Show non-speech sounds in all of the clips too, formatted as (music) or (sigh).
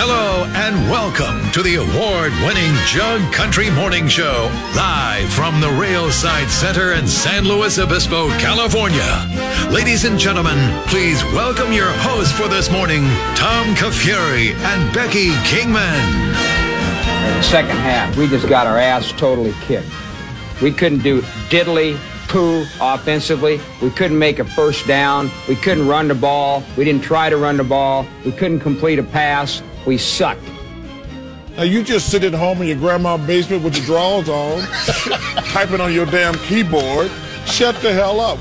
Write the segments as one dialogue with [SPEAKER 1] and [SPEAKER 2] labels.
[SPEAKER 1] Hello and welcome to the award winning Jug Country Morning Show, live from the Railside Center in San Luis Obispo, California. Ladies and gentlemen, please welcome your hosts for this morning, Tom Kafuri and Becky Kingman.
[SPEAKER 2] The second half, we just got our ass totally kicked. We couldn't do diddly poo offensively. We couldn't make a first down. We couldn't run the ball. We didn't try to run the ball. We couldn't complete a pass. We sucked.
[SPEAKER 3] Now you just sit at home in your grandma's basement with your drawers on, (laughs) typing on your damn keyboard. Shut the hell up.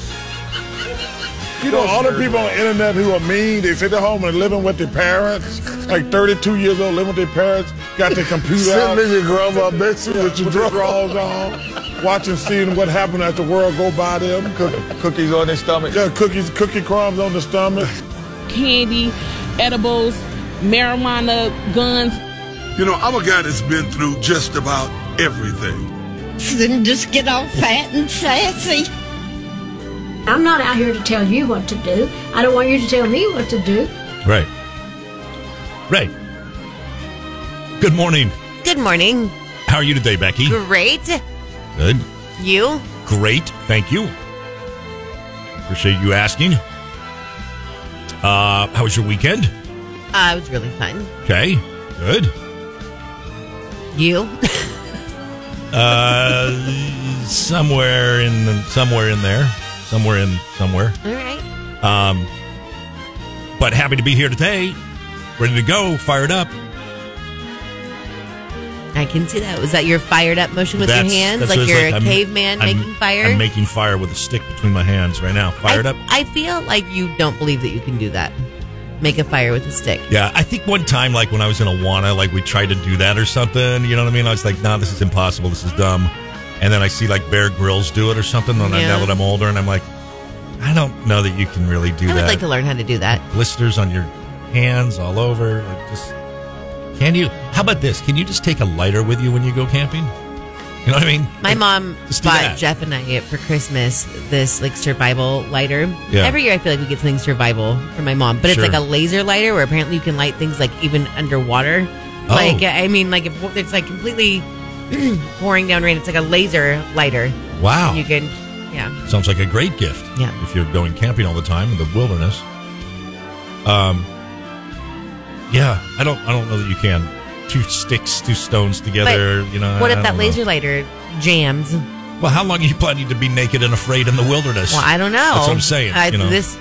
[SPEAKER 3] You know, all the people on the internet who are mean, they sit at home and living with their parents, like 32 years old, living with their parents, got their computer out.
[SPEAKER 4] Sitting in your grandma's basement with your
[SPEAKER 3] with their drawers on, watching, seeing what happened as the world go by them.
[SPEAKER 4] Cook- cookies on their stomach.
[SPEAKER 3] Got cookies, cookie crumbs on the stomach.
[SPEAKER 5] candy, edibles, marijuana, guns.
[SPEAKER 6] You know, I'm a guy that's been through just about everything.
[SPEAKER 7] and just get all fat and sassy.
[SPEAKER 8] I'm not out here to tell you what to do. I don't want you to tell me what to do.
[SPEAKER 9] Right. Right. Good morning.
[SPEAKER 10] Good morning.
[SPEAKER 9] How are you today, Becky?
[SPEAKER 10] Great.
[SPEAKER 9] Good.
[SPEAKER 10] You?
[SPEAKER 9] Great. Thank you. Appreciate you asking. Uh, how was your weekend?
[SPEAKER 10] Uh, it was really fun.
[SPEAKER 9] Okay. Good.
[SPEAKER 10] You? (laughs)
[SPEAKER 9] Uh, somewhere in the, somewhere in there, somewhere in somewhere.
[SPEAKER 10] All right.
[SPEAKER 9] Um, but happy to be here today, ready to go, fired up.
[SPEAKER 10] I can see that. Was that your fired up motion with your hands?
[SPEAKER 9] that's what
[SPEAKER 10] like
[SPEAKER 9] it's
[SPEAKER 10] you're a
[SPEAKER 9] I'm-
[SPEAKER 10] caveman
[SPEAKER 9] I'm-
[SPEAKER 10] making fire?
[SPEAKER 9] I'm making fire with a stick between my hands right now. Fired
[SPEAKER 10] I,
[SPEAKER 9] up.
[SPEAKER 10] I feel like you don't believe that you can do that. Make a fire with a stick.
[SPEAKER 9] Yeah, I think one time, like when I was in Awana, like we tried to do that or something. You know what I mean? I was like, "Nah, this is impossible. This is dumb." And then I see like Bear Grylls do it or something. And I-
[SPEAKER 10] Yeah.
[SPEAKER 9] now that I'm older, and I'm like, I don't know that you can really do
[SPEAKER 10] I would
[SPEAKER 9] that.
[SPEAKER 10] like to learn how to do that.
[SPEAKER 9] Blisters on your hands, all over. Like just can you? How about this? Can you just take a lighter with you when you go camping? You know what I mean?
[SPEAKER 10] My
[SPEAKER 9] Like,
[SPEAKER 10] mom
[SPEAKER 9] just do
[SPEAKER 10] bought
[SPEAKER 9] that.
[SPEAKER 10] Jeff and I it for Christmas this like survival lighter.
[SPEAKER 9] Yeah.
[SPEAKER 10] Every year I feel like we get something survival from my mom, but
[SPEAKER 9] Sure.
[SPEAKER 10] it's like a laser lighter where apparently you can light things like even underwater.
[SPEAKER 9] Oh.
[SPEAKER 10] Like I mean, like if it's like completely (clears throat) pouring down rain, it's like a laser lighter.
[SPEAKER 9] Wow.
[SPEAKER 10] You can, yeah.
[SPEAKER 9] Sounds like a great gift.
[SPEAKER 10] Yeah.
[SPEAKER 9] If you're going camping all the time in the wilderness. Um. Yeah, I don't. I don't know that you can. Two sticks, two stones together. you know.
[SPEAKER 10] what
[SPEAKER 9] I
[SPEAKER 10] if that
[SPEAKER 9] don't
[SPEAKER 10] laser
[SPEAKER 9] know.
[SPEAKER 10] lighter jams?
[SPEAKER 9] Well, how long are you planning to be naked and afraid in the wilderness?
[SPEAKER 10] Well, I don't know.
[SPEAKER 9] That's what I'm saying.
[SPEAKER 10] I-
[SPEAKER 9] you know,
[SPEAKER 10] This,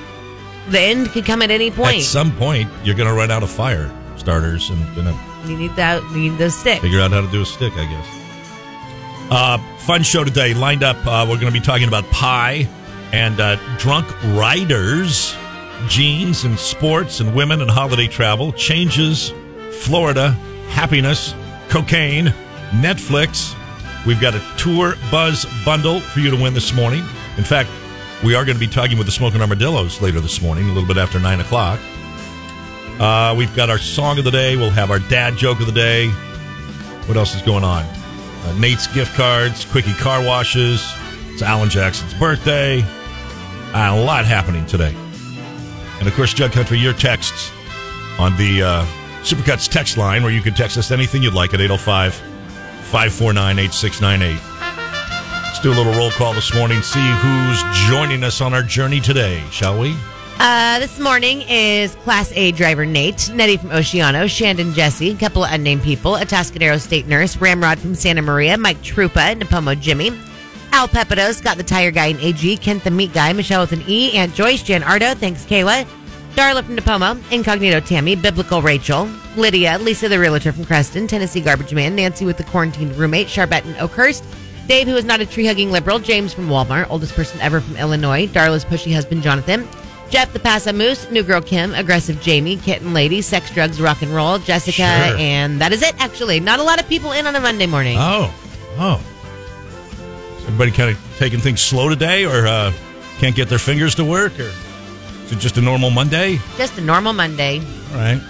[SPEAKER 10] the end could come at any
[SPEAKER 9] at
[SPEAKER 10] point.
[SPEAKER 9] some point, you're going to run out of fire starters and going to
[SPEAKER 10] you need that. You need those sticks.
[SPEAKER 9] figure out how to do a stick, I guess. Uh, fun show today. Lined up, uh, we're going to be talking about pie and uh, drunk riders, jeans and sports and women and holiday travel, changes, Florida, happiness, cocaine, Netflix. We've got a tour buzz bundle for you to win this morning. In fact, we are going to be talking with the Smoking Armadillos later this morning, a little bit after 9 o'clock. Uh, we've got our song of the day. We'll have our dad joke of the day. What else is going on? Uh, Nate's gift cards, quickie car washes. It's Alan Jackson's birthday. Uh, a lot happening today. And of course, Jug Country, your texts on the uh, Supercuts text line where you can text us anything you'd like at 805 549 8698. Let's do a little roll call this morning, see who's joining us on our journey today, shall we?
[SPEAKER 10] Uh, this morning is Class A driver Nate, Nettie from Oceano, Shandon Jesse, a couple of unnamed people, a Atascadero State nurse, Ramrod from Santa Maria, Mike Trupa, Napomo Jimmy, Al Pepito, Scott the Tire Guy and AG, Kent the Meat Guy, Michelle with an E, Aunt Joyce, Jan Ardo, thanks Kayla, Darla from Napomo, Incognito Tammy, Biblical Rachel, Lydia, Lisa the Realtor from Creston, Tennessee Garbage Man, Nancy with the Quarantined Roommate, Charbette and Oakhurst, Dave, who is not a tree hugging liberal, James from Walmart, oldest person ever from Illinois, Darla's pushy husband Jonathan, Jeff the Pasa Moose, New Girl Kim, Aggressive Jamie, Kitten Lady, Sex, Drugs, Rock and Roll, Jessica,
[SPEAKER 9] Sure.
[SPEAKER 10] and that is it, actually. Not a lot of people in on a Monday morning.
[SPEAKER 9] Oh, oh. Is everybody kind of taking things slow today, or uh, can't get their fingers to work, or is it just a normal Monday?
[SPEAKER 10] Just a normal Monday.
[SPEAKER 9] All right.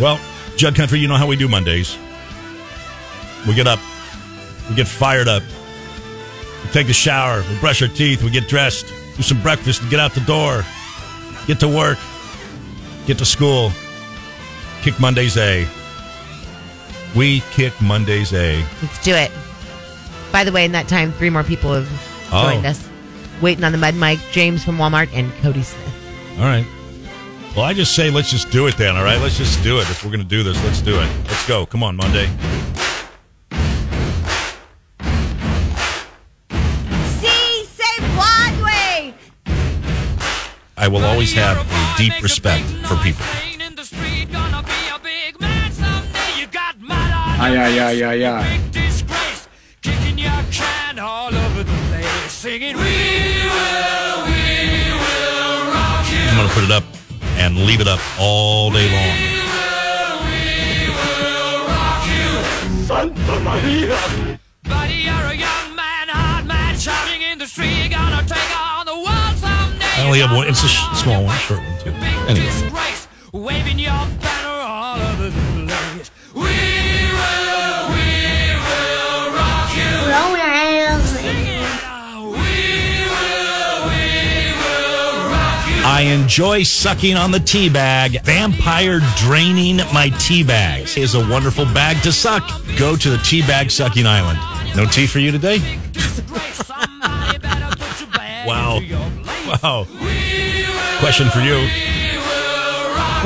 [SPEAKER 9] Well, Jug Country, you know how we do Mondays. We get up, we get fired up, we take a shower, we brush our teeth, we get dressed, do some breakfast, and get out the door, get to work, get to school, kick Monday's A. We kick Monday's A.
[SPEAKER 10] Let's do it. By the way, in that time, three more people have
[SPEAKER 9] Oh.
[SPEAKER 10] joined us. Waiting on the mud mic, James from Walmart and Cody Smith.
[SPEAKER 9] All right. Well, I just say let's just do it then, all right? Let's just do it. If we're going to do this, let's do it. Let's go. Come on, Monday.
[SPEAKER 11] Si se puede.
[SPEAKER 9] I will always have a deep respect for people.
[SPEAKER 2] Ay, ay, ay, ay, ay.
[SPEAKER 11] Disgrace, kicking your can all over the place, singing, We will, we will rock you.
[SPEAKER 9] I'm going to put it up and leave it up all day long.
[SPEAKER 11] Santa Maria. Buddy, you're a young man, hard man, shouting in the street. You're gonna take on the world someday.
[SPEAKER 9] I only have one. It's a sh- small one, short one, too. Anyway.
[SPEAKER 11] Disgrace, waving your banner all over the place. We will, we will rock you.
[SPEAKER 12] Roll your ass.
[SPEAKER 9] I enjoy sucking on the tea bag. Vampire draining my tea bags is a wonderful bag to suck. Go to the tea bag sucking island. No tea for you today? wow. Wow. Question for you.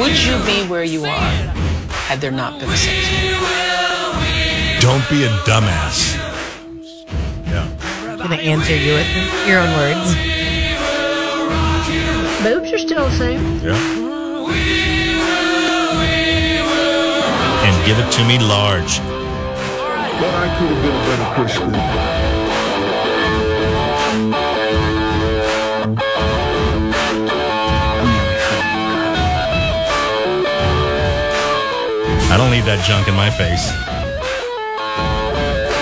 [SPEAKER 13] Would you be where you are had there not been sex?
[SPEAKER 9] Don't be a dumbass.
[SPEAKER 10] I'm going to answer you with your own words.
[SPEAKER 8] Boobs are still the same.
[SPEAKER 9] Yeah. And give it to me large.
[SPEAKER 6] But I could have been a better Christian.
[SPEAKER 9] I don't need that junk in my face.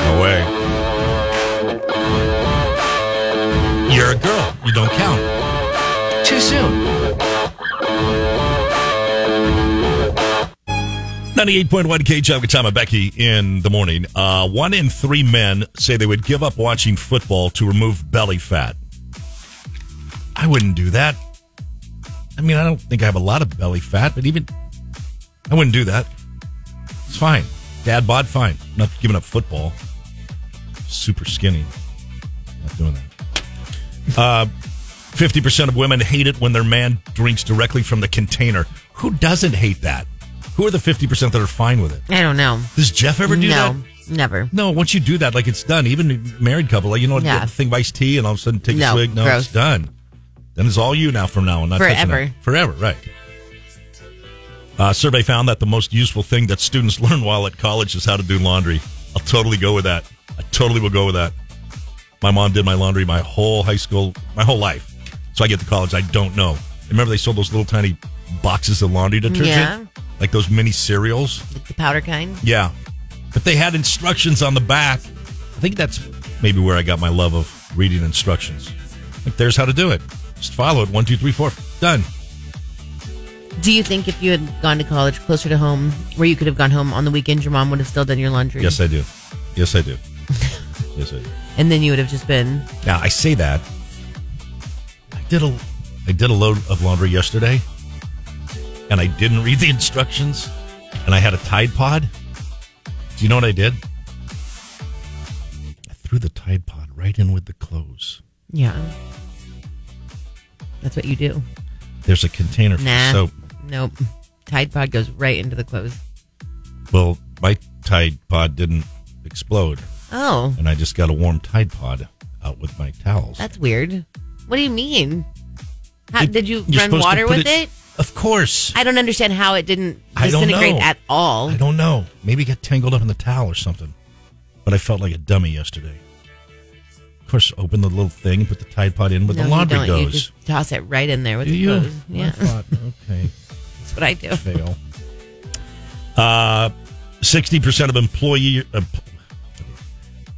[SPEAKER 9] No way. You're a girl. You don't count.
[SPEAKER 13] Too soon.
[SPEAKER 9] 98.1 K Chowkatama Becky in the morning. Uh, one in three men say they would give up watching football to remove belly fat. I wouldn't do that. I mean, I don't think I have a lot of belly fat, but even I wouldn't do that. It's fine. Dad bod, fine. I'm not giving up football. Super skinny. Not doing that. Uh, 50% of women hate it when their man drinks directly from the container. Who doesn't hate that? Who are the 50% that are fine with it?
[SPEAKER 10] I don't know.
[SPEAKER 9] Does Jeff ever do
[SPEAKER 10] no,
[SPEAKER 9] that?
[SPEAKER 10] never.
[SPEAKER 9] No, once you do that, like it's done. Even a married couple, like you know,
[SPEAKER 10] Yeah.
[SPEAKER 9] yeah. thing of iced tea, and all of a sudden take
[SPEAKER 10] No,
[SPEAKER 9] a swig. No,
[SPEAKER 10] gross.
[SPEAKER 9] it's done. Then it's all you now from now on. Not touching
[SPEAKER 10] Forever.
[SPEAKER 9] it. Forever, right. Uh, survey found that the most useful thing that students (laughs) learn while at college is how to do laundry. I'll totally go with that. I totally will go with that. My mom did my laundry my whole high school, my whole life. So I get to college, I don't know. Remember they sold those little tiny boxes of laundry detergent?
[SPEAKER 10] Yeah.
[SPEAKER 9] Like those mini cereals?
[SPEAKER 10] The powder kind.
[SPEAKER 9] Yeah. But they had instructions on the back. I think that's maybe where I got my love of reading instructions. Like, there's how to do it. Just follow it. One, two, three, four. Done.
[SPEAKER 10] Do you think if you had gone to college closer to home, where you could have gone home on the weekend, your mom would have still done your laundry?
[SPEAKER 9] Yes, I do. Yes, I do. yes, I do.
[SPEAKER 10] And then you would have just been
[SPEAKER 9] Now, I say that. I did a, I did a load of laundry yesterday, and I didn't read the instructions, and I had a Tide Pod. Do you know what I did? I threw the Tide Pod right in with the clothes.
[SPEAKER 10] Yeah. That's what you do.
[SPEAKER 9] There's a container for
[SPEAKER 10] Nah.
[SPEAKER 9] soap.
[SPEAKER 10] Nope. Tide Pod goes right into the clothes.
[SPEAKER 9] Well, my Tide Pod didn't explode.
[SPEAKER 10] Oh.
[SPEAKER 9] And I just got a warm Tide Pod out with my towels.
[SPEAKER 10] That's weird. What do you mean? How,
[SPEAKER 9] It-
[SPEAKER 10] did you
[SPEAKER 9] you're
[SPEAKER 10] run
[SPEAKER 9] supposed to
[SPEAKER 10] water
[SPEAKER 9] put
[SPEAKER 10] with it,
[SPEAKER 9] it- Of course.
[SPEAKER 10] I don't understand how it didn't
[SPEAKER 9] I don't
[SPEAKER 10] disintegrate
[SPEAKER 9] know.
[SPEAKER 10] at all.
[SPEAKER 9] I don't know. Maybe it got tangled up in the towel or something. But I felt like a dummy yesterday. Of course, open the little thing and put the Tide Pod in where
[SPEAKER 10] No,
[SPEAKER 9] the
[SPEAKER 10] you
[SPEAKER 9] laundry
[SPEAKER 10] don't. You
[SPEAKER 9] goes.
[SPEAKER 10] just toss it right in there with
[SPEAKER 9] Do
[SPEAKER 10] the
[SPEAKER 9] you?
[SPEAKER 10] clothes. Yeah.
[SPEAKER 9] I thought, okay.
[SPEAKER 10] That's what
[SPEAKER 9] (laughs)
[SPEAKER 10] I do.
[SPEAKER 9] Fail. Uh, 60% of employee. Uh,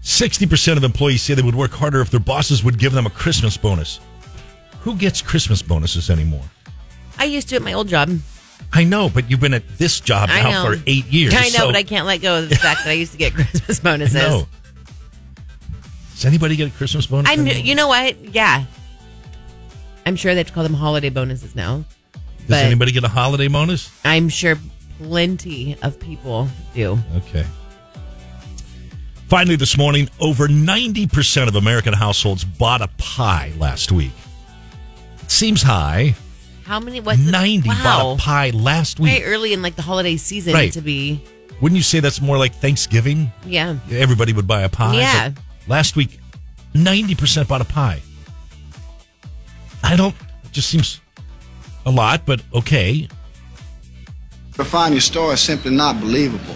[SPEAKER 9] 60% of employees say they would work harder if their bosses would give them a Christmas bonus. Who gets Christmas bonuses anymore?
[SPEAKER 10] I used to at my old job.
[SPEAKER 9] I know, but you've been at this job
[SPEAKER 10] I
[SPEAKER 9] now
[SPEAKER 10] know.
[SPEAKER 9] for eight years.
[SPEAKER 10] I know,
[SPEAKER 9] so-
[SPEAKER 10] but I can't let go of the fact that I
[SPEAKER 9] (laughs)
[SPEAKER 10] used to get Christmas bonuses.
[SPEAKER 9] No. Does anybody get a Christmas bonus?
[SPEAKER 10] I'm.
[SPEAKER 9] anymore?
[SPEAKER 10] You know what? Yeah. I'm sure they have to call them holiday bonuses now.
[SPEAKER 9] Does
[SPEAKER 10] But
[SPEAKER 9] anybody get a holiday bonus?
[SPEAKER 10] I'm sure plenty of people do.
[SPEAKER 9] Okay. Finally, this morning, over 90% of American households bought a pie last week. Seems high.
[SPEAKER 10] How many? What's the-
[SPEAKER 9] 90
[SPEAKER 10] Wow.
[SPEAKER 9] bought a pie last week.
[SPEAKER 10] Very early in like the holiday season
[SPEAKER 9] Right.
[SPEAKER 10] to be.
[SPEAKER 9] Wouldn't you say that's more like Thanksgiving?
[SPEAKER 10] Yeah.
[SPEAKER 9] Everybody would buy a pie.
[SPEAKER 10] Yeah.
[SPEAKER 9] but Last week, 90% bought a pie. I don't, it just seems a lot, but okay.
[SPEAKER 12] The finding story is simply not believable.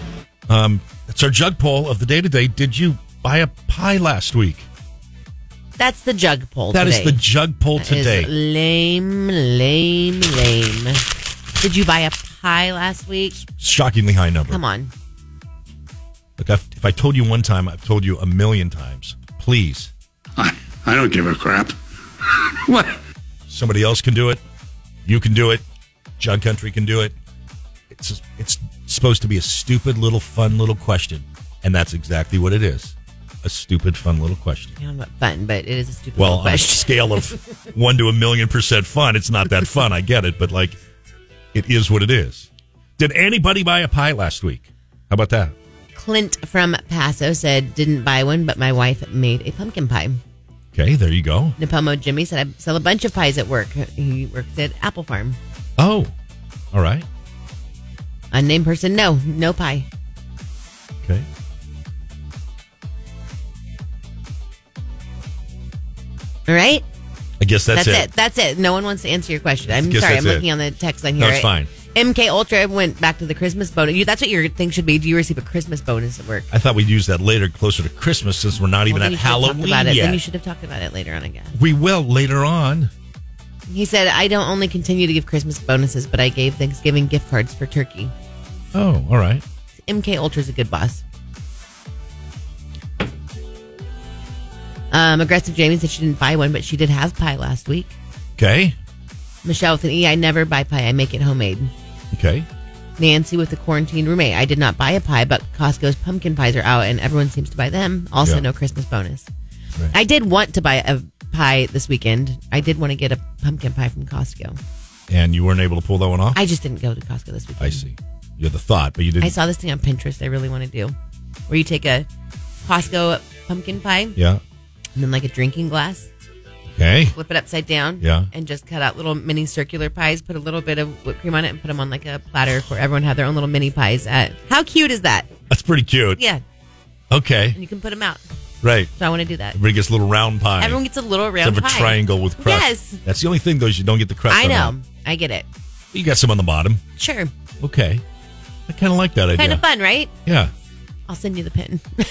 [SPEAKER 9] Um, it's our jug poll of the day today. Did you buy a pie last week?
[SPEAKER 10] That's the jug poll.
[SPEAKER 9] That is
[SPEAKER 10] today.
[SPEAKER 9] the jug poll
[SPEAKER 10] That is
[SPEAKER 9] today.
[SPEAKER 10] lame, lame, lame. Did you buy a pie last week?
[SPEAKER 9] Shockingly high number.
[SPEAKER 10] Come on.
[SPEAKER 9] Look, I've, if I told you one time, I've told you a million times. Please. I, I don't give a crap. (laughs) what? Somebody else can do it. You can do it. Jug Country can do it. It's it's supposed to be a stupid little fun little question, and that's exactly what it is. A stupid fun little question.
[SPEAKER 10] Yeah, not fun, but it is a stupid
[SPEAKER 9] Well,
[SPEAKER 10] little
[SPEAKER 9] on a
[SPEAKER 10] question.
[SPEAKER 9] scale of
[SPEAKER 10] (laughs)
[SPEAKER 9] one to a million percent fun, it's not that fun. I get it, but like, it is what it is. Did anybody buy a pie last week? How about that?
[SPEAKER 10] Clint from Paso said didn't buy one, but my wife made a pumpkin pie.
[SPEAKER 9] Okay, there you go.
[SPEAKER 10] Napomo Jimmy said I sell a bunch of pies at work. He works at Apple Farm.
[SPEAKER 9] Oh, all right.
[SPEAKER 10] Unnamed person, no, no pie.
[SPEAKER 9] Okay.
[SPEAKER 10] All right.
[SPEAKER 9] I guess that's,
[SPEAKER 10] it. That's it. No one wants to answer your question. I'm
[SPEAKER 9] Guess
[SPEAKER 10] sorry. I'm
[SPEAKER 9] that's
[SPEAKER 10] looking
[SPEAKER 9] it.
[SPEAKER 10] on the text line
[SPEAKER 9] No,
[SPEAKER 10] here.
[SPEAKER 9] it's fine.
[SPEAKER 10] MK Ultra went back to the Christmas bonus. You, that's what your thing should be. Do you receive a Christmas bonus at work?
[SPEAKER 9] I thought we'd use that later, closer to Christmas, since we're not even
[SPEAKER 10] Well,
[SPEAKER 9] at
[SPEAKER 10] then you should have talked
[SPEAKER 9] Halloween
[SPEAKER 10] about it.
[SPEAKER 9] yet.
[SPEAKER 10] Then you should have talked about it later on again.
[SPEAKER 9] we will later on.
[SPEAKER 10] He said, "I don't only continue to give Christmas bonuses, but I gave Thanksgiving gift cards for turkey."
[SPEAKER 9] Oh, all right.
[SPEAKER 10] MK Ultra's a good boss. Um, Aggressive Jamie said she didn't buy one, but she did have pie last week.
[SPEAKER 9] Okay.
[SPEAKER 10] Michelle with an E, I never buy pie. I make it homemade.
[SPEAKER 9] Okay.
[SPEAKER 10] Nancy with the quarantine roommate, I did not buy a pie, but Costco's pumpkin pies are out and everyone seems to buy them. Also,
[SPEAKER 14] Yeah.
[SPEAKER 10] no Christmas bonus. I did want to buy a pie this weekend. I did want to get a pumpkin pie from Costco.
[SPEAKER 9] And you weren't able to pull that one off?
[SPEAKER 10] I just didn't go to Costco this weekend.
[SPEAKER 9] I see. You had the thought, but you didn't.
[SPEAKER 10] I saw this thing on Pinterest I really want to do where you take a Costco pumpkin pie.
[SPEAKER 9] Yeah.
[SPEAKER 10] And then like a drinking glass.
[SPEAKER 9] Okay.
[SPEAKER 10] Flip it upside down.
[SPEAKER 9] Yeah.
[SPEAKER 10] And just cut out little mini circular pies, put a little bit of whipped cream on it, and put them on like a platter for everyone to have their own little mini pies. At. How cute is that?
[SPEAKER 9] That's pretty cute.
[SPEAKER 10] Yeah.
[SPEAKER 9] Okay.
[SPEAKER 10] And you can put them out.
[SPEAKER 9] Right.
[SPEAKER 10] So I want to do that.
[SPEAKER 9] Everybody gets a little round pie.
[SPEAKER 10] Everyone gets a little round
[SPEAKER 9] Except
[SPEAKER 10] pie.
[SPEAKER 9] a triangle with crust.
[SPEAKER 10] Yes.
[SPEAKER 9] That's the only thing, though, is you don't get the crust.
[SPEAKER 10] I
[SPEAKER 9] on
[SPEAKER 10] know.
[SPEAKER 9] that.
[SPEAKER 10] I get it.
[SPEAKER 9] You got some on the bottom.
[SPEAKER 10] Sure.
[SPEAKER 9] Okay. I kind of like that idea.
[SPEAKER 10] Kind of fun, right?
[SPEAKER 9] Yeah.
[SPEAKER 10] I'll send you the pin. (laughs)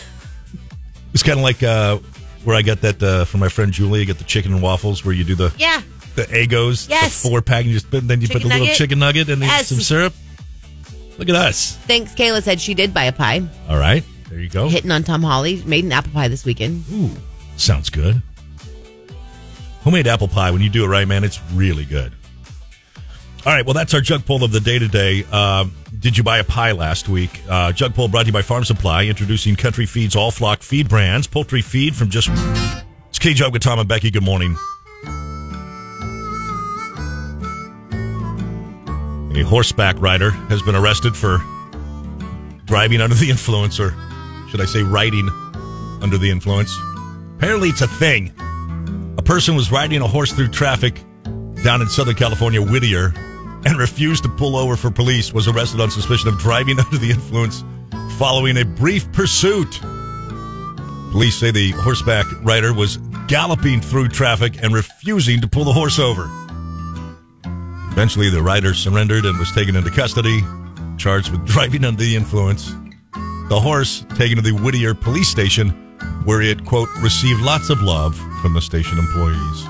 [SPEAKER 9] It's kind of like uh, where I got that uh, from my friend Julie. I got the chicken and waffles where you do the
[SPEAKER 10] Yeah.
[SPEAKER 9] the Eggos,
[SPEAKER 10] Yes.
[SPEAKER 9] the four pack, and you just, put- then you put
[SPEAKER 10] Chicken
[SPEAKER 9] the little
[SPEAKER 10] nugget.
[SPEAKER 9] chicken nugget and then
[SPEAKER 10] Yes.
[SPEAKER 9] some syrup. Look at us.
[SPEAKER 10] Thanks. Kayla said she did buy a pie.
[SPEAKER 9] All right, there you go.
[SPEAKER 10] Hitting on Tom Holly. Made an apple pie this weekend.
[SPEAKER 9] Ooh. Sounds good. Homemade apple pie, when you do it right, man, it's really good. All right, well, that's our jug poll of the day today. Um, did you buy a pie last week? Uh, jug poll brought to you by Farm Supply, introducing Country Feed's all flock feed brands, poultry feed from just. It's K Job with Tom and Becky. Good morning. A horseback rider has been arrested for driving under the influence, or should I say, riding under the influence. Apparently, it's a thing. A person was riding a horse through traffic down in Southern California, Whittier, and refused to pull over for police, was arrested on suspicion of driving (laughs) under the influence following a brief pursuit. Police say the horseback rider was galloping through traffic and refusing to pull the horse over. Eventually, the rider surrendered and was taken into custody, charged with (laughs) driving under the influence. The horse taken to the Whittier police station, where it, quote, received lots of love from the station employees.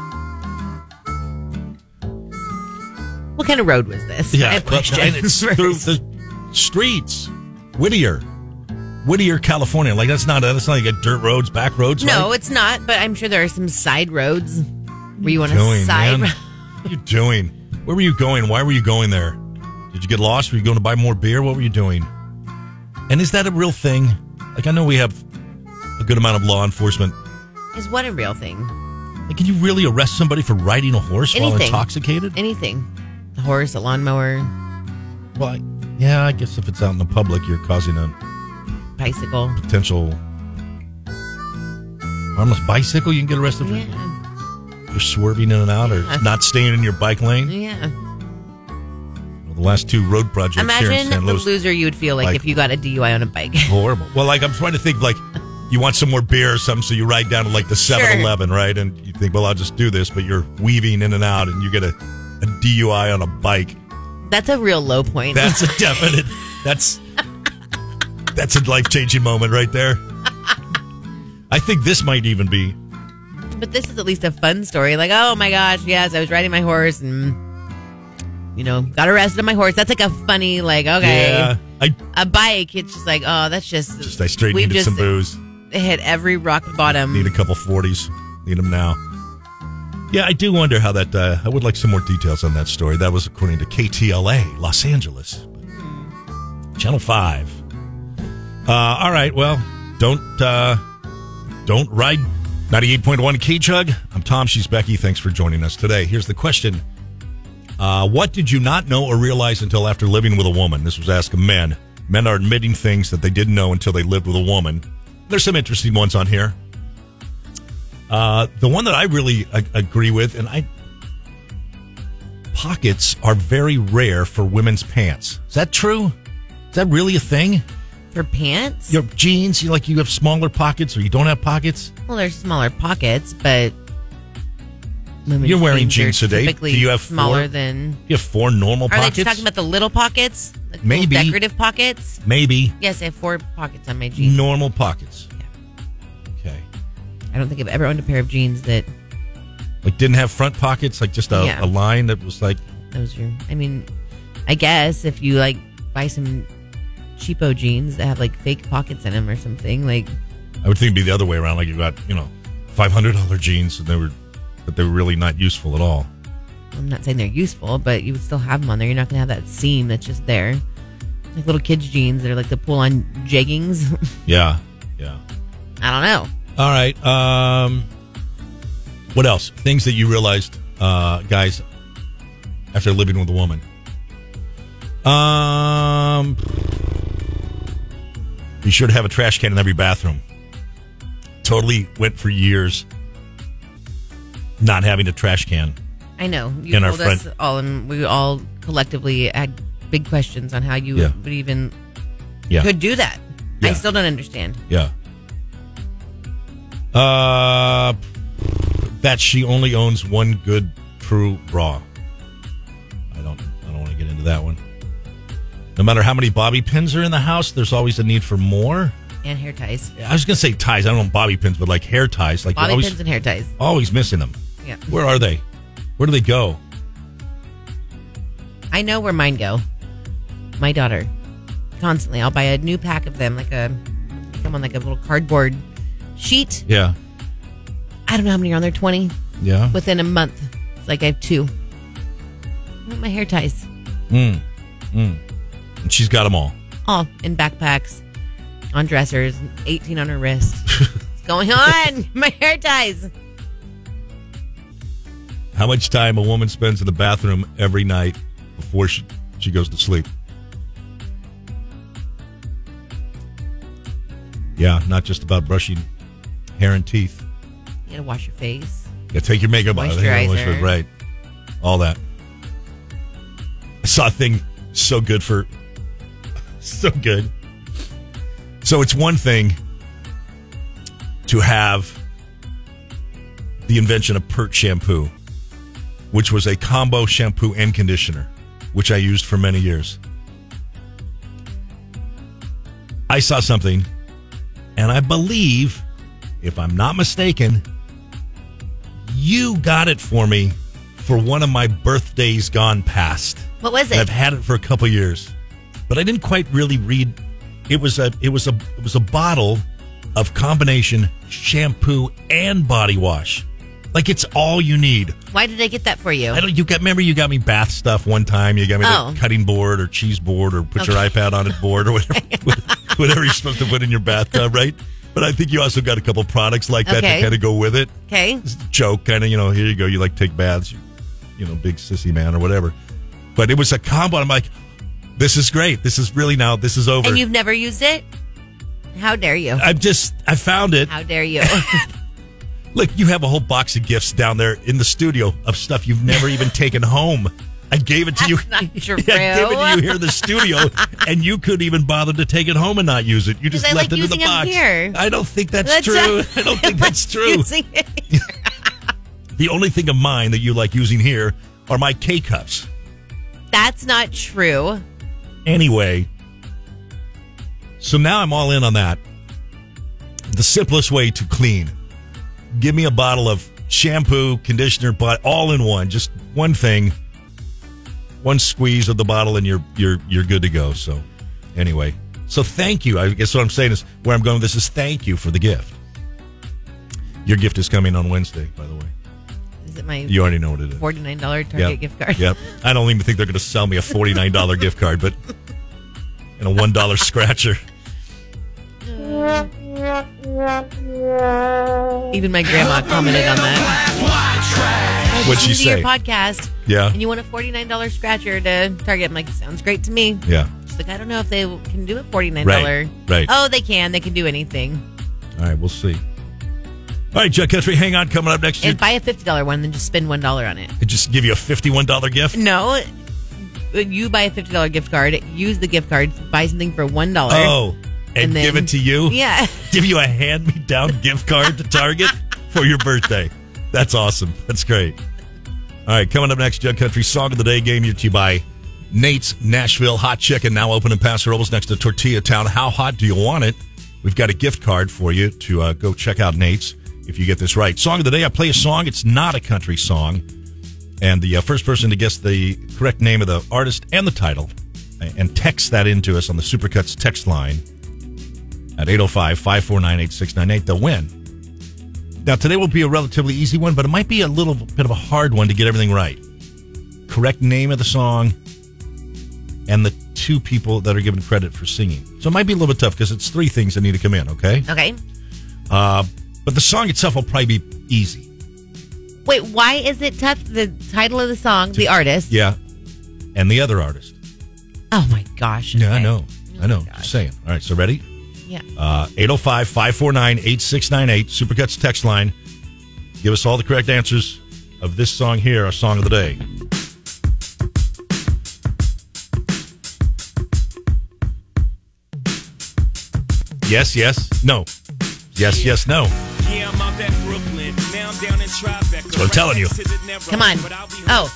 [SPEAKER 10] What kind of road was this? I have
[SPEAKER 9] but-
[SPEAKER 10] (laughs) questions.
[SPEAKER 9] and it's through the streets, Whittier. Whittier, California. Like that's not that's not like a dirt roads, back roads.
[SPEAKER 10] No,
[SPEAKER 9] right?
[SPEAKER 10] it's not. But I'm sure there are some side roads where you want
[SPEAKER 9] doing,
[SPEAKER 10] to side.
[SPEAKER 9] man?
[SPEAKER 10] road.
[SPEAKER 9] What are you doing? Where were you going? Why were you going there? Did you get lost? Were you going to buy more beer? What were you doing? And is that a real thing? Like I know we have a good amount of law enforcement.
[SPEAKER 10] Is what a real thing?
[SPEAKER 9] Like, can you really arrest somebody for riding a horse while
[SPEAKER 10] Anything.
[SPEAKER 9] intoxicated?
[SPEAKER 10] Anything. A horse, a lawnmower,
[SPEAKER 9] Well, I- yeah, I guess if it's out in the public, you're causing a
[SPEAKER 10] bicycle.
[SPEAKER 9] potential harmless bicycle. You can get arrested for for swerving in and out or
[SPEAKER 10] Yeah.
[SPEAKER 9] not staying in your bike lane.
[SPEAKER 10] Yeah.
[SPEAKER 9] The last two road projects here in
[SPEAKER 10] Imagine
[SPEAKER 9] San
[SPEAKER 10] the
[SPEAKER 9] Louis.
[SPEAKER 10] loser you would feel like,
[SPEAKER 9] Like-
[SPEAKER 10] if you got a DUI on a bike. (laughs)
[SPEAKER 9] horrible. Well, like I'm trying to think like you want some more beer or something, so you ride down to like the 7-Eleven, right? And you think, well, I'll just do this, but you're weaving in and out, and you get a, a DUI on a bike.
[SPEAKER 10] That's a real low point.
[SPEAKER 9] That's a definite. that's that's a life changing moment right there. I think this might even be
[SPEAKER 10] (laughs) But this is at least a fun story. Like, oh my gosh, yes, I was riding my horse and you know got arrested on my horse. That's like a funny, like, okay,
[SPEAKER 9] Yeah, I
[SPEAKER 10] a bike. It's just like, oh, that's just.
[SPEAKER 9] just I straight
[SPEAKER 10] we've
[SPEAKER 9] needed
[SPEAKER 10] just
[SPEAKER 9] some booze.
[SPEAKER 10] Hit every rock bottom.
[SPEAKER 9] Need a couple forties. Need them now. Yeah, I do wonder how that. Uh, I would like some more details on that story. That was according to KTLA, Los Angeles, Channel Five. Uh, all right, well, don't uh, don't ride ninety-eight point one Key Chug. I'm Tom. She's Becky. Thanks for joining us today. Here's the question: uh, What did you not know or realize until after living with a woman? This was asked of men. Men are admitting things that they didn't know until they lived with a woman. There's some interesting ones on here. Uh, the one that I really a- agree with, and I pockets are very rare for women's pants. Is that true? Is that really a thing?
[SPEAKER 10] For pants?
[SPEAKER 9] Your jeans, you like you have smaller pockets or you don't have pockets.
[SPEAKER 10] Well, there's smaller pockets, but women's
[SPEAKER 9] You're wearing
[SPEAKER 10] jeans
[SPEAKER 9] jeans
[SPEAKER 10] are
[SPEAKER 9] today. Do
[SPEAKER 10] typically
[SPEAKER 9] you have
[SPEAKER 10] smaller
[SPEAKER 9] four,
[SPEAKER 10] than-
[SPEAKER 9] you have four normal
[SPEAKER 10] are they
[SPEAKER 9] pockets?
[SPEAKER 10] just talking about the little pockets? Like little
[SPEAKER 9] Maybe.
[SPEAKER 10] decorative pockets.
[SPEAKER 9] Maybe
[SPEAKER 10] Yes, I have four pockets on my jeans.
[SPEAKER 9] normal pockets. Okay,
[SPEAKER 10] I don't think I've ever owned a pair of jeans that
[SPEAKER 9] like didn't have front pockets, like just a, a
[SPEAKER 10] Yeah.
[SPEAKER 9] line that was like
[SPEAKER 10] Those are. I mean, I guess if you like buy some cheapo jeans that have like fake pockets in them or something, like
[SPEAKER 9] I would think it'd be the other way around. Like you got, you know, five hundred dollar jeans, and they were, but they were really not useful at all.
[SPEAKER 10] I'm not saying they're useful, but you would still have them on there. You're not gonna have that seam that's just there, like little kids' jeans that are like the pull-on jeggings. (laughs)
[SPEAKER 9] Yeah, yeah.
[SPEAKER 10] I don't know.
[SPEAKER 9] All right. Um, what else? Things that you realized, uh, guys, after living with a woman. Um, be sure to have a trash can in every bathroom. Totally went for years not having a trash can.
[SPEAKER 10] I know you
[SPEAKER 9] And our
[SPEAKER 10] told us
[SPEAKER 9] friend-
[SPEAKER 10] all, and we all collectively had big questions on how you
[SPEAKER 9] Yeah.
[SPEAKER 10] would even
[SPEAKER 9] Yeah.
[SPEAKER 10] could do that. I
[SPEAKER 9] Yeah.
[SPEAKER 10] still don't understand.
[SPEAKER 9] Yeah. Uh, that she only owns one good true bra. I don't. I don't want to get into that one. No matter how many bobby pins are in the house, there's always a need for more.
[SPEAKER 10] And hair ties,
[SPEAKER 9] I was gonna say ties. I don't know bobby pins, but like hair ties. Like you're
[SPEAKER 10] bobby
[SPEAKER 9] always,
[SPEAKER 10] pins, and hair ties.
[SPEAKER 9] always missing them.
[SPEAKER 10] Yeah,
[SPEAKER 9] Where are they? Where do they go?
[SPEAKER 10] I know where mine go. My daughter, constantly, I'll buy a new pack of them, like a, come on, like a little cardboard sheet.
[SPEAKER 9] Yeah.
[SPEAKER 10] I don't know how many are on there. Twenty.
[SPEAKER 9] Yeah.
[SPEAKER 10] Within a month, it's like I have two. I want My hair ties,
[SPEAKER 9] Mm. Mm. And she's got them all.
[SPEAKER 10] all in backpacks, on dressers, eighteen on
[SPEAKER 9] (laughs)
[SPEAKER 10] her wrist. What's going on? (laughs) My hair ties.
[SPEAKER 9] How much time a woman spends in the bathroom every night before she, she goes to sleep? Yeah, not just about brushing hair and teeth.
[SPEAKER 10] You gotta wash your face.
[SPEAKER 9] Yeah, take your makeup out. I think I always
[SPEAKER 10] Moisturizer.
[SPEAKER 9] would, right. All that. I saw a thing so good for (laughs) so good. So it's one thing to have the invention of Pert shampoo, which was a combo shampoo and conditioner, which I used for many years. I saw something, and I believe, if I'm not mistaken, you got it for me for one of my birthdays gone past.
[SPEAKER 10] What was
[SPEAKER 9] And
[SPEAKER 10] it?
[SPEAKER 9] I've had it for a couple years, but I didn't quite really read It was a it was a it was a bottle of combination shampoo and body wash. Like it's all you need.
[SPEAKER 10] Why did I get that for you?
[SPEAKER 9] I don't. You got remember you got me bath stuff one time. You got me
[SPEAKER 10] Oh.
[SPEAKER 9] the cutting board or cheese board or put your
[SPEAKER 10] Okay.
[SPEAKER 9] iPad on it board or
[SPEAKER 10] (laughs)
[SPEAKER 9] whatever (laughs) whatever you're supposed to put in your bathtub, right? But I think you also got a couple products like that
[SPEAKER 10] Okay.
[SPEAKER 9] to kind of go with it.
[SPEAKER 10] Okay.
[SPEAKER 9] Joke, kind of you know. Here you go. You like take baths. You, you know, big sissy man or whatever. But it was a combo. I'm like, this is great. This is really now. This is over.
[SPEAKER 10] And you've never used it? How dare you?
[SPEAKER 9] I've just I found it.
[SPEAKER 10] How
[SPEAKER 9] (laughs)
[SPEAKER 10] dare you?
[SPEAKER 9] Look, you have a whole box of gifts down there in the studio of stuff you've never
[SPEAKER 10] (laughs)
[SPEAKER 9] even taken home. I gave it to you.
[SPEAKER 10] Not
[SPEAKER 9] (laughs)
[SPEAKER 10] true.
[SPEAKER 9] Yeah, I gave it to you here in the
[SPEAKER 10] (laughs)
[SPEAKER 9] studio, and you couldn't even bother to take it home and not use it. You just
[SPEAKER 10] I
[SPEAKER 9] left
[SPEAKER 10] like
[SPEAKER 9] it in the
[SPEAKER 10] using them
[SPEAKER 9] box.
[SPEAKER 10] here.
[SPEAKER 9] I don't think that's,
[SPEAKER 10] That's
[SPEAKER 9] true. (laughs)
[SPEAKER 10] not-
[SPEAKER 9] I
[SPEAKER 10] (laughs)
[SPEAKER 9] don't think that's true.
[SPEAKER 10] Using it.
[SPEAKER 9] The only thing of mine that you like using here are my K cups.
[SPEAKER 10] That's not true.
[SPEAKER 9] Anyway, so now I'm all in on that. The simplest way to clean. Give me a bottle of shampoo, conditioner, but all in one, just one thing. One squeeze of the bottle and you're you're you're good to go. So anyway, so thank you. I guess what I'm saying is where I'm going with this is thank you for the gift. Your gift is coming on Wednesday, by the way.
[SPEAKER 10] Is it my
[SPEAKER 9] You already know what it is.
[SPEAKER 10] $49 Target
[SPEAKER 9] Yep.
[SPEAKER 10] gift card?
[SPEAKER 9] Yep. I don't even think they're going to sell me a forty nine dollar gift card, but and a one dollar scratcher.
[SPEAKER 10] Even my grandma commented on that. I
[SPEAKER 9] What'd she
[SPEAKER 10] listened to
[SPEAKER 9] say?
[SPEAKER 10] Your podcast.
[SPEAKER 9] Yeah.
[SPEAKER 10] And you want a forty-nine dollar scratcher to Target? I'm like, sounds great to me.
[SPEAKER 9] Yeah.
[SPEAKER 10] She's like, I don't know if they can do a forty-nine dollar.
[SPEAKER 9] Right, right.
[SPEAKER 10] Oh, they can. They can do anything.
[SPEAKER 9] All right, we'll see. All right, Chuck Country, hang on. Coming up next,
[SPEAKER 10] And buy a fifty-dollar one, then just spend one dollar on it.
[SPEAKER 9] I just give you a fifty one dollar gift.
[SPEAKER 10] No, you buy a fifty-dollar gift card. Use the gift card. Buy something for one dollar.
[SPEAKER 9] Oh, and,
[SPEAKER 10] And then-
[SPEAKER 9] give it to you.
[SPEAKER 10] Yeah. (laughs)
[SPEAKER 9] Give you a hand me down gift card to Target for your birthday. That's awesome. That's great. All right, coming up next, Jug Country Song of the Day game. You're to you by Nate's Nashville Hot Chicken, now open in Paso Robles next to Tortilla Town. How hot do you want it? We've got a gift card for you to uh, go check out Nate's if you get this right. Song of the Day, I play a song. It's not a country song. And the uh, first person to guess the correct name of the artist and the title a- and text that into us on the Supercuts text line at 805 549 8698, they'll win. Now, today will be a relatively easy one, but it might be a little bit of a hard one to get everything right. Correct name of the song and the two people that are given credit for singing. So it might be a little bit tough because it's three things that need to come in, okay?
[SPEAKER 10] Okay.
[SPEAKER 9] Uh, but the song itself will probably be easy.
[SPEAKER 10] Wait, why is it tough? The title of the song, the artist.
[SPEAKER 9] Yeah. And the other artist.
[SPEAKER 10] Oh my gosh.
[SPEAKER 9] Yeah, I know. I know. Just saying. All right, so ready?
[SPEAKER 10] Yeah.
[SPEAKER 9] Uh, 805 549 8698, Supercuts text line. Give us all the correct answers of this song here, our song of the day. Yes, yes, no. Yes, yes, no.
[SPEAKER 14] Yeah, I'm out at Brooklyn. Now I'm down in Tribeca.
[SPEAKER 9] That's what I'm telling you.
[SPEAKER 10] Come on. Oh.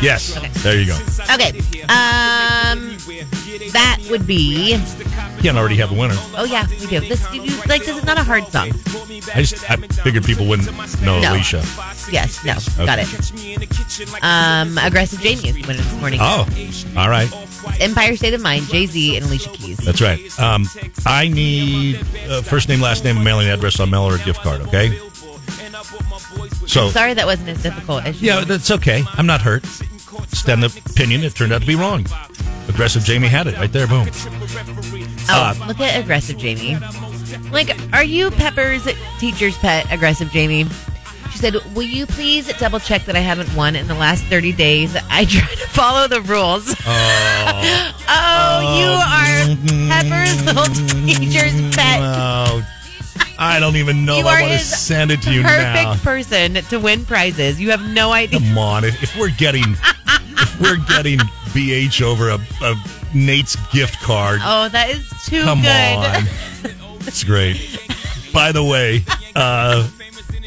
[SPEAKER 9] Yes. There you go.
[SPEAKER 10] Okay. Um, that would be.
[SPEAKER 9] Can't already have a winner.
[SPEAKER 10] Oh yeah, we do. This you, you- like this is not a hard song.
[SPEAKER 9] I just I figured people wouldn't know
[SPEAKER 10] No.
[SPEAKER 9] Alicia.
[SPEAKER 10] Yes, no, got it. Um, aggressive Jamie is winning this morning.
[SPEAKER 9] Oh, all right.
[SPEAKER 10] Empire State of Mind, Jay Z and Alicia Keys.
[SPEAKER 9] That's right. Um, I need uh, first name, last name, and mailing address on mail or a gift card, okay? So,
[SPEAKER 10] Sorry, that wasn't as difficult as you.
[SPEAKER 9] yeah, that's okay. I'm not hurt. Stand the opinion, it turned out to be wrong. Aggressive Jamie had it right there, boom.
[SPEAKER 10] Oh,
[SPEAKER 9] Uh,
[SPEAKER 10] look at aggressive Jamie. Like, are you Pepper's teacher's pet, aggressive Jamie? She said, "Will you please double check that I haven't won in the last thirty days? I (laughs) try to follow the rules."
[SPEAKER 11] Oh.
[SPEAKER 10] (laughs) Oh, you
[SPEAKER 9] Oh.
[SPEAKER 10] are Pepper's (laughs) little teacher's pet.
[SPEAKER 9] oh, I don't even know
[SPEAKER 10] You
[SPEAKER 9] if Oh, I
[SPEAKER 10] are
[SPEAKER 9] want to
[SPEAKER 10] his
[SPEAKER 9] send it to you
[SPEAKER 10] Perfect
[SPEAKER 9] now.
[SPEAKER 10] person to win prizes. You have no idea.
[SPEAKER 9] Come on, if, if we're getting if we're getting BH over a, a Nate's gift card,
[SPEAKER 10] Oh, that is too
[SPEAKER 9] Come
[SPEAKER 10] good. (laughs)
[SPEAKER 9] on. It's great. By the way, uh,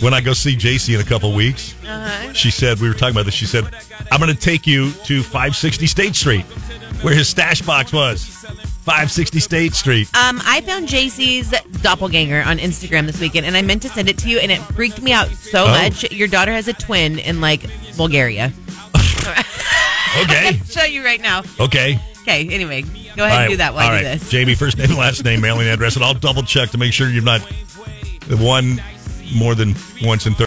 [SPEAKER 9] when I go see JC in a couple weeks,
[SPEAKER 10] Uh-huh.
[SPEAKER 9] she said, we were talking about this, she said, I'm going to take you to 560 State Street, where his stash box was. 560 State Street.
[SPEAKER 10] Um, I found JC's doppelganger on Instagram this weekend, and I meant to send it to you, and it freaked me out so
[SPEAKER 9] Oh.
[SPEAKER 10] much. Your daughter has a twin in like (laughs) Bulgaria.
[SPEAKER 9] Okay.
[SPEAKER 10] (laughs) Show you right now.
[SPEAKER 9] Okay.
[SPEAKER 10] Okay. Anyway, Go ahead and do that while
[SPEAKER 9] all
[SPEAKER 10] I do
[SPEAKER 9] right.
[SPEAKER 10] this.
[SPEAKER 9] Jamie, first name, last name, mailing address, and I'll double check to make sure you're not one more than once in 30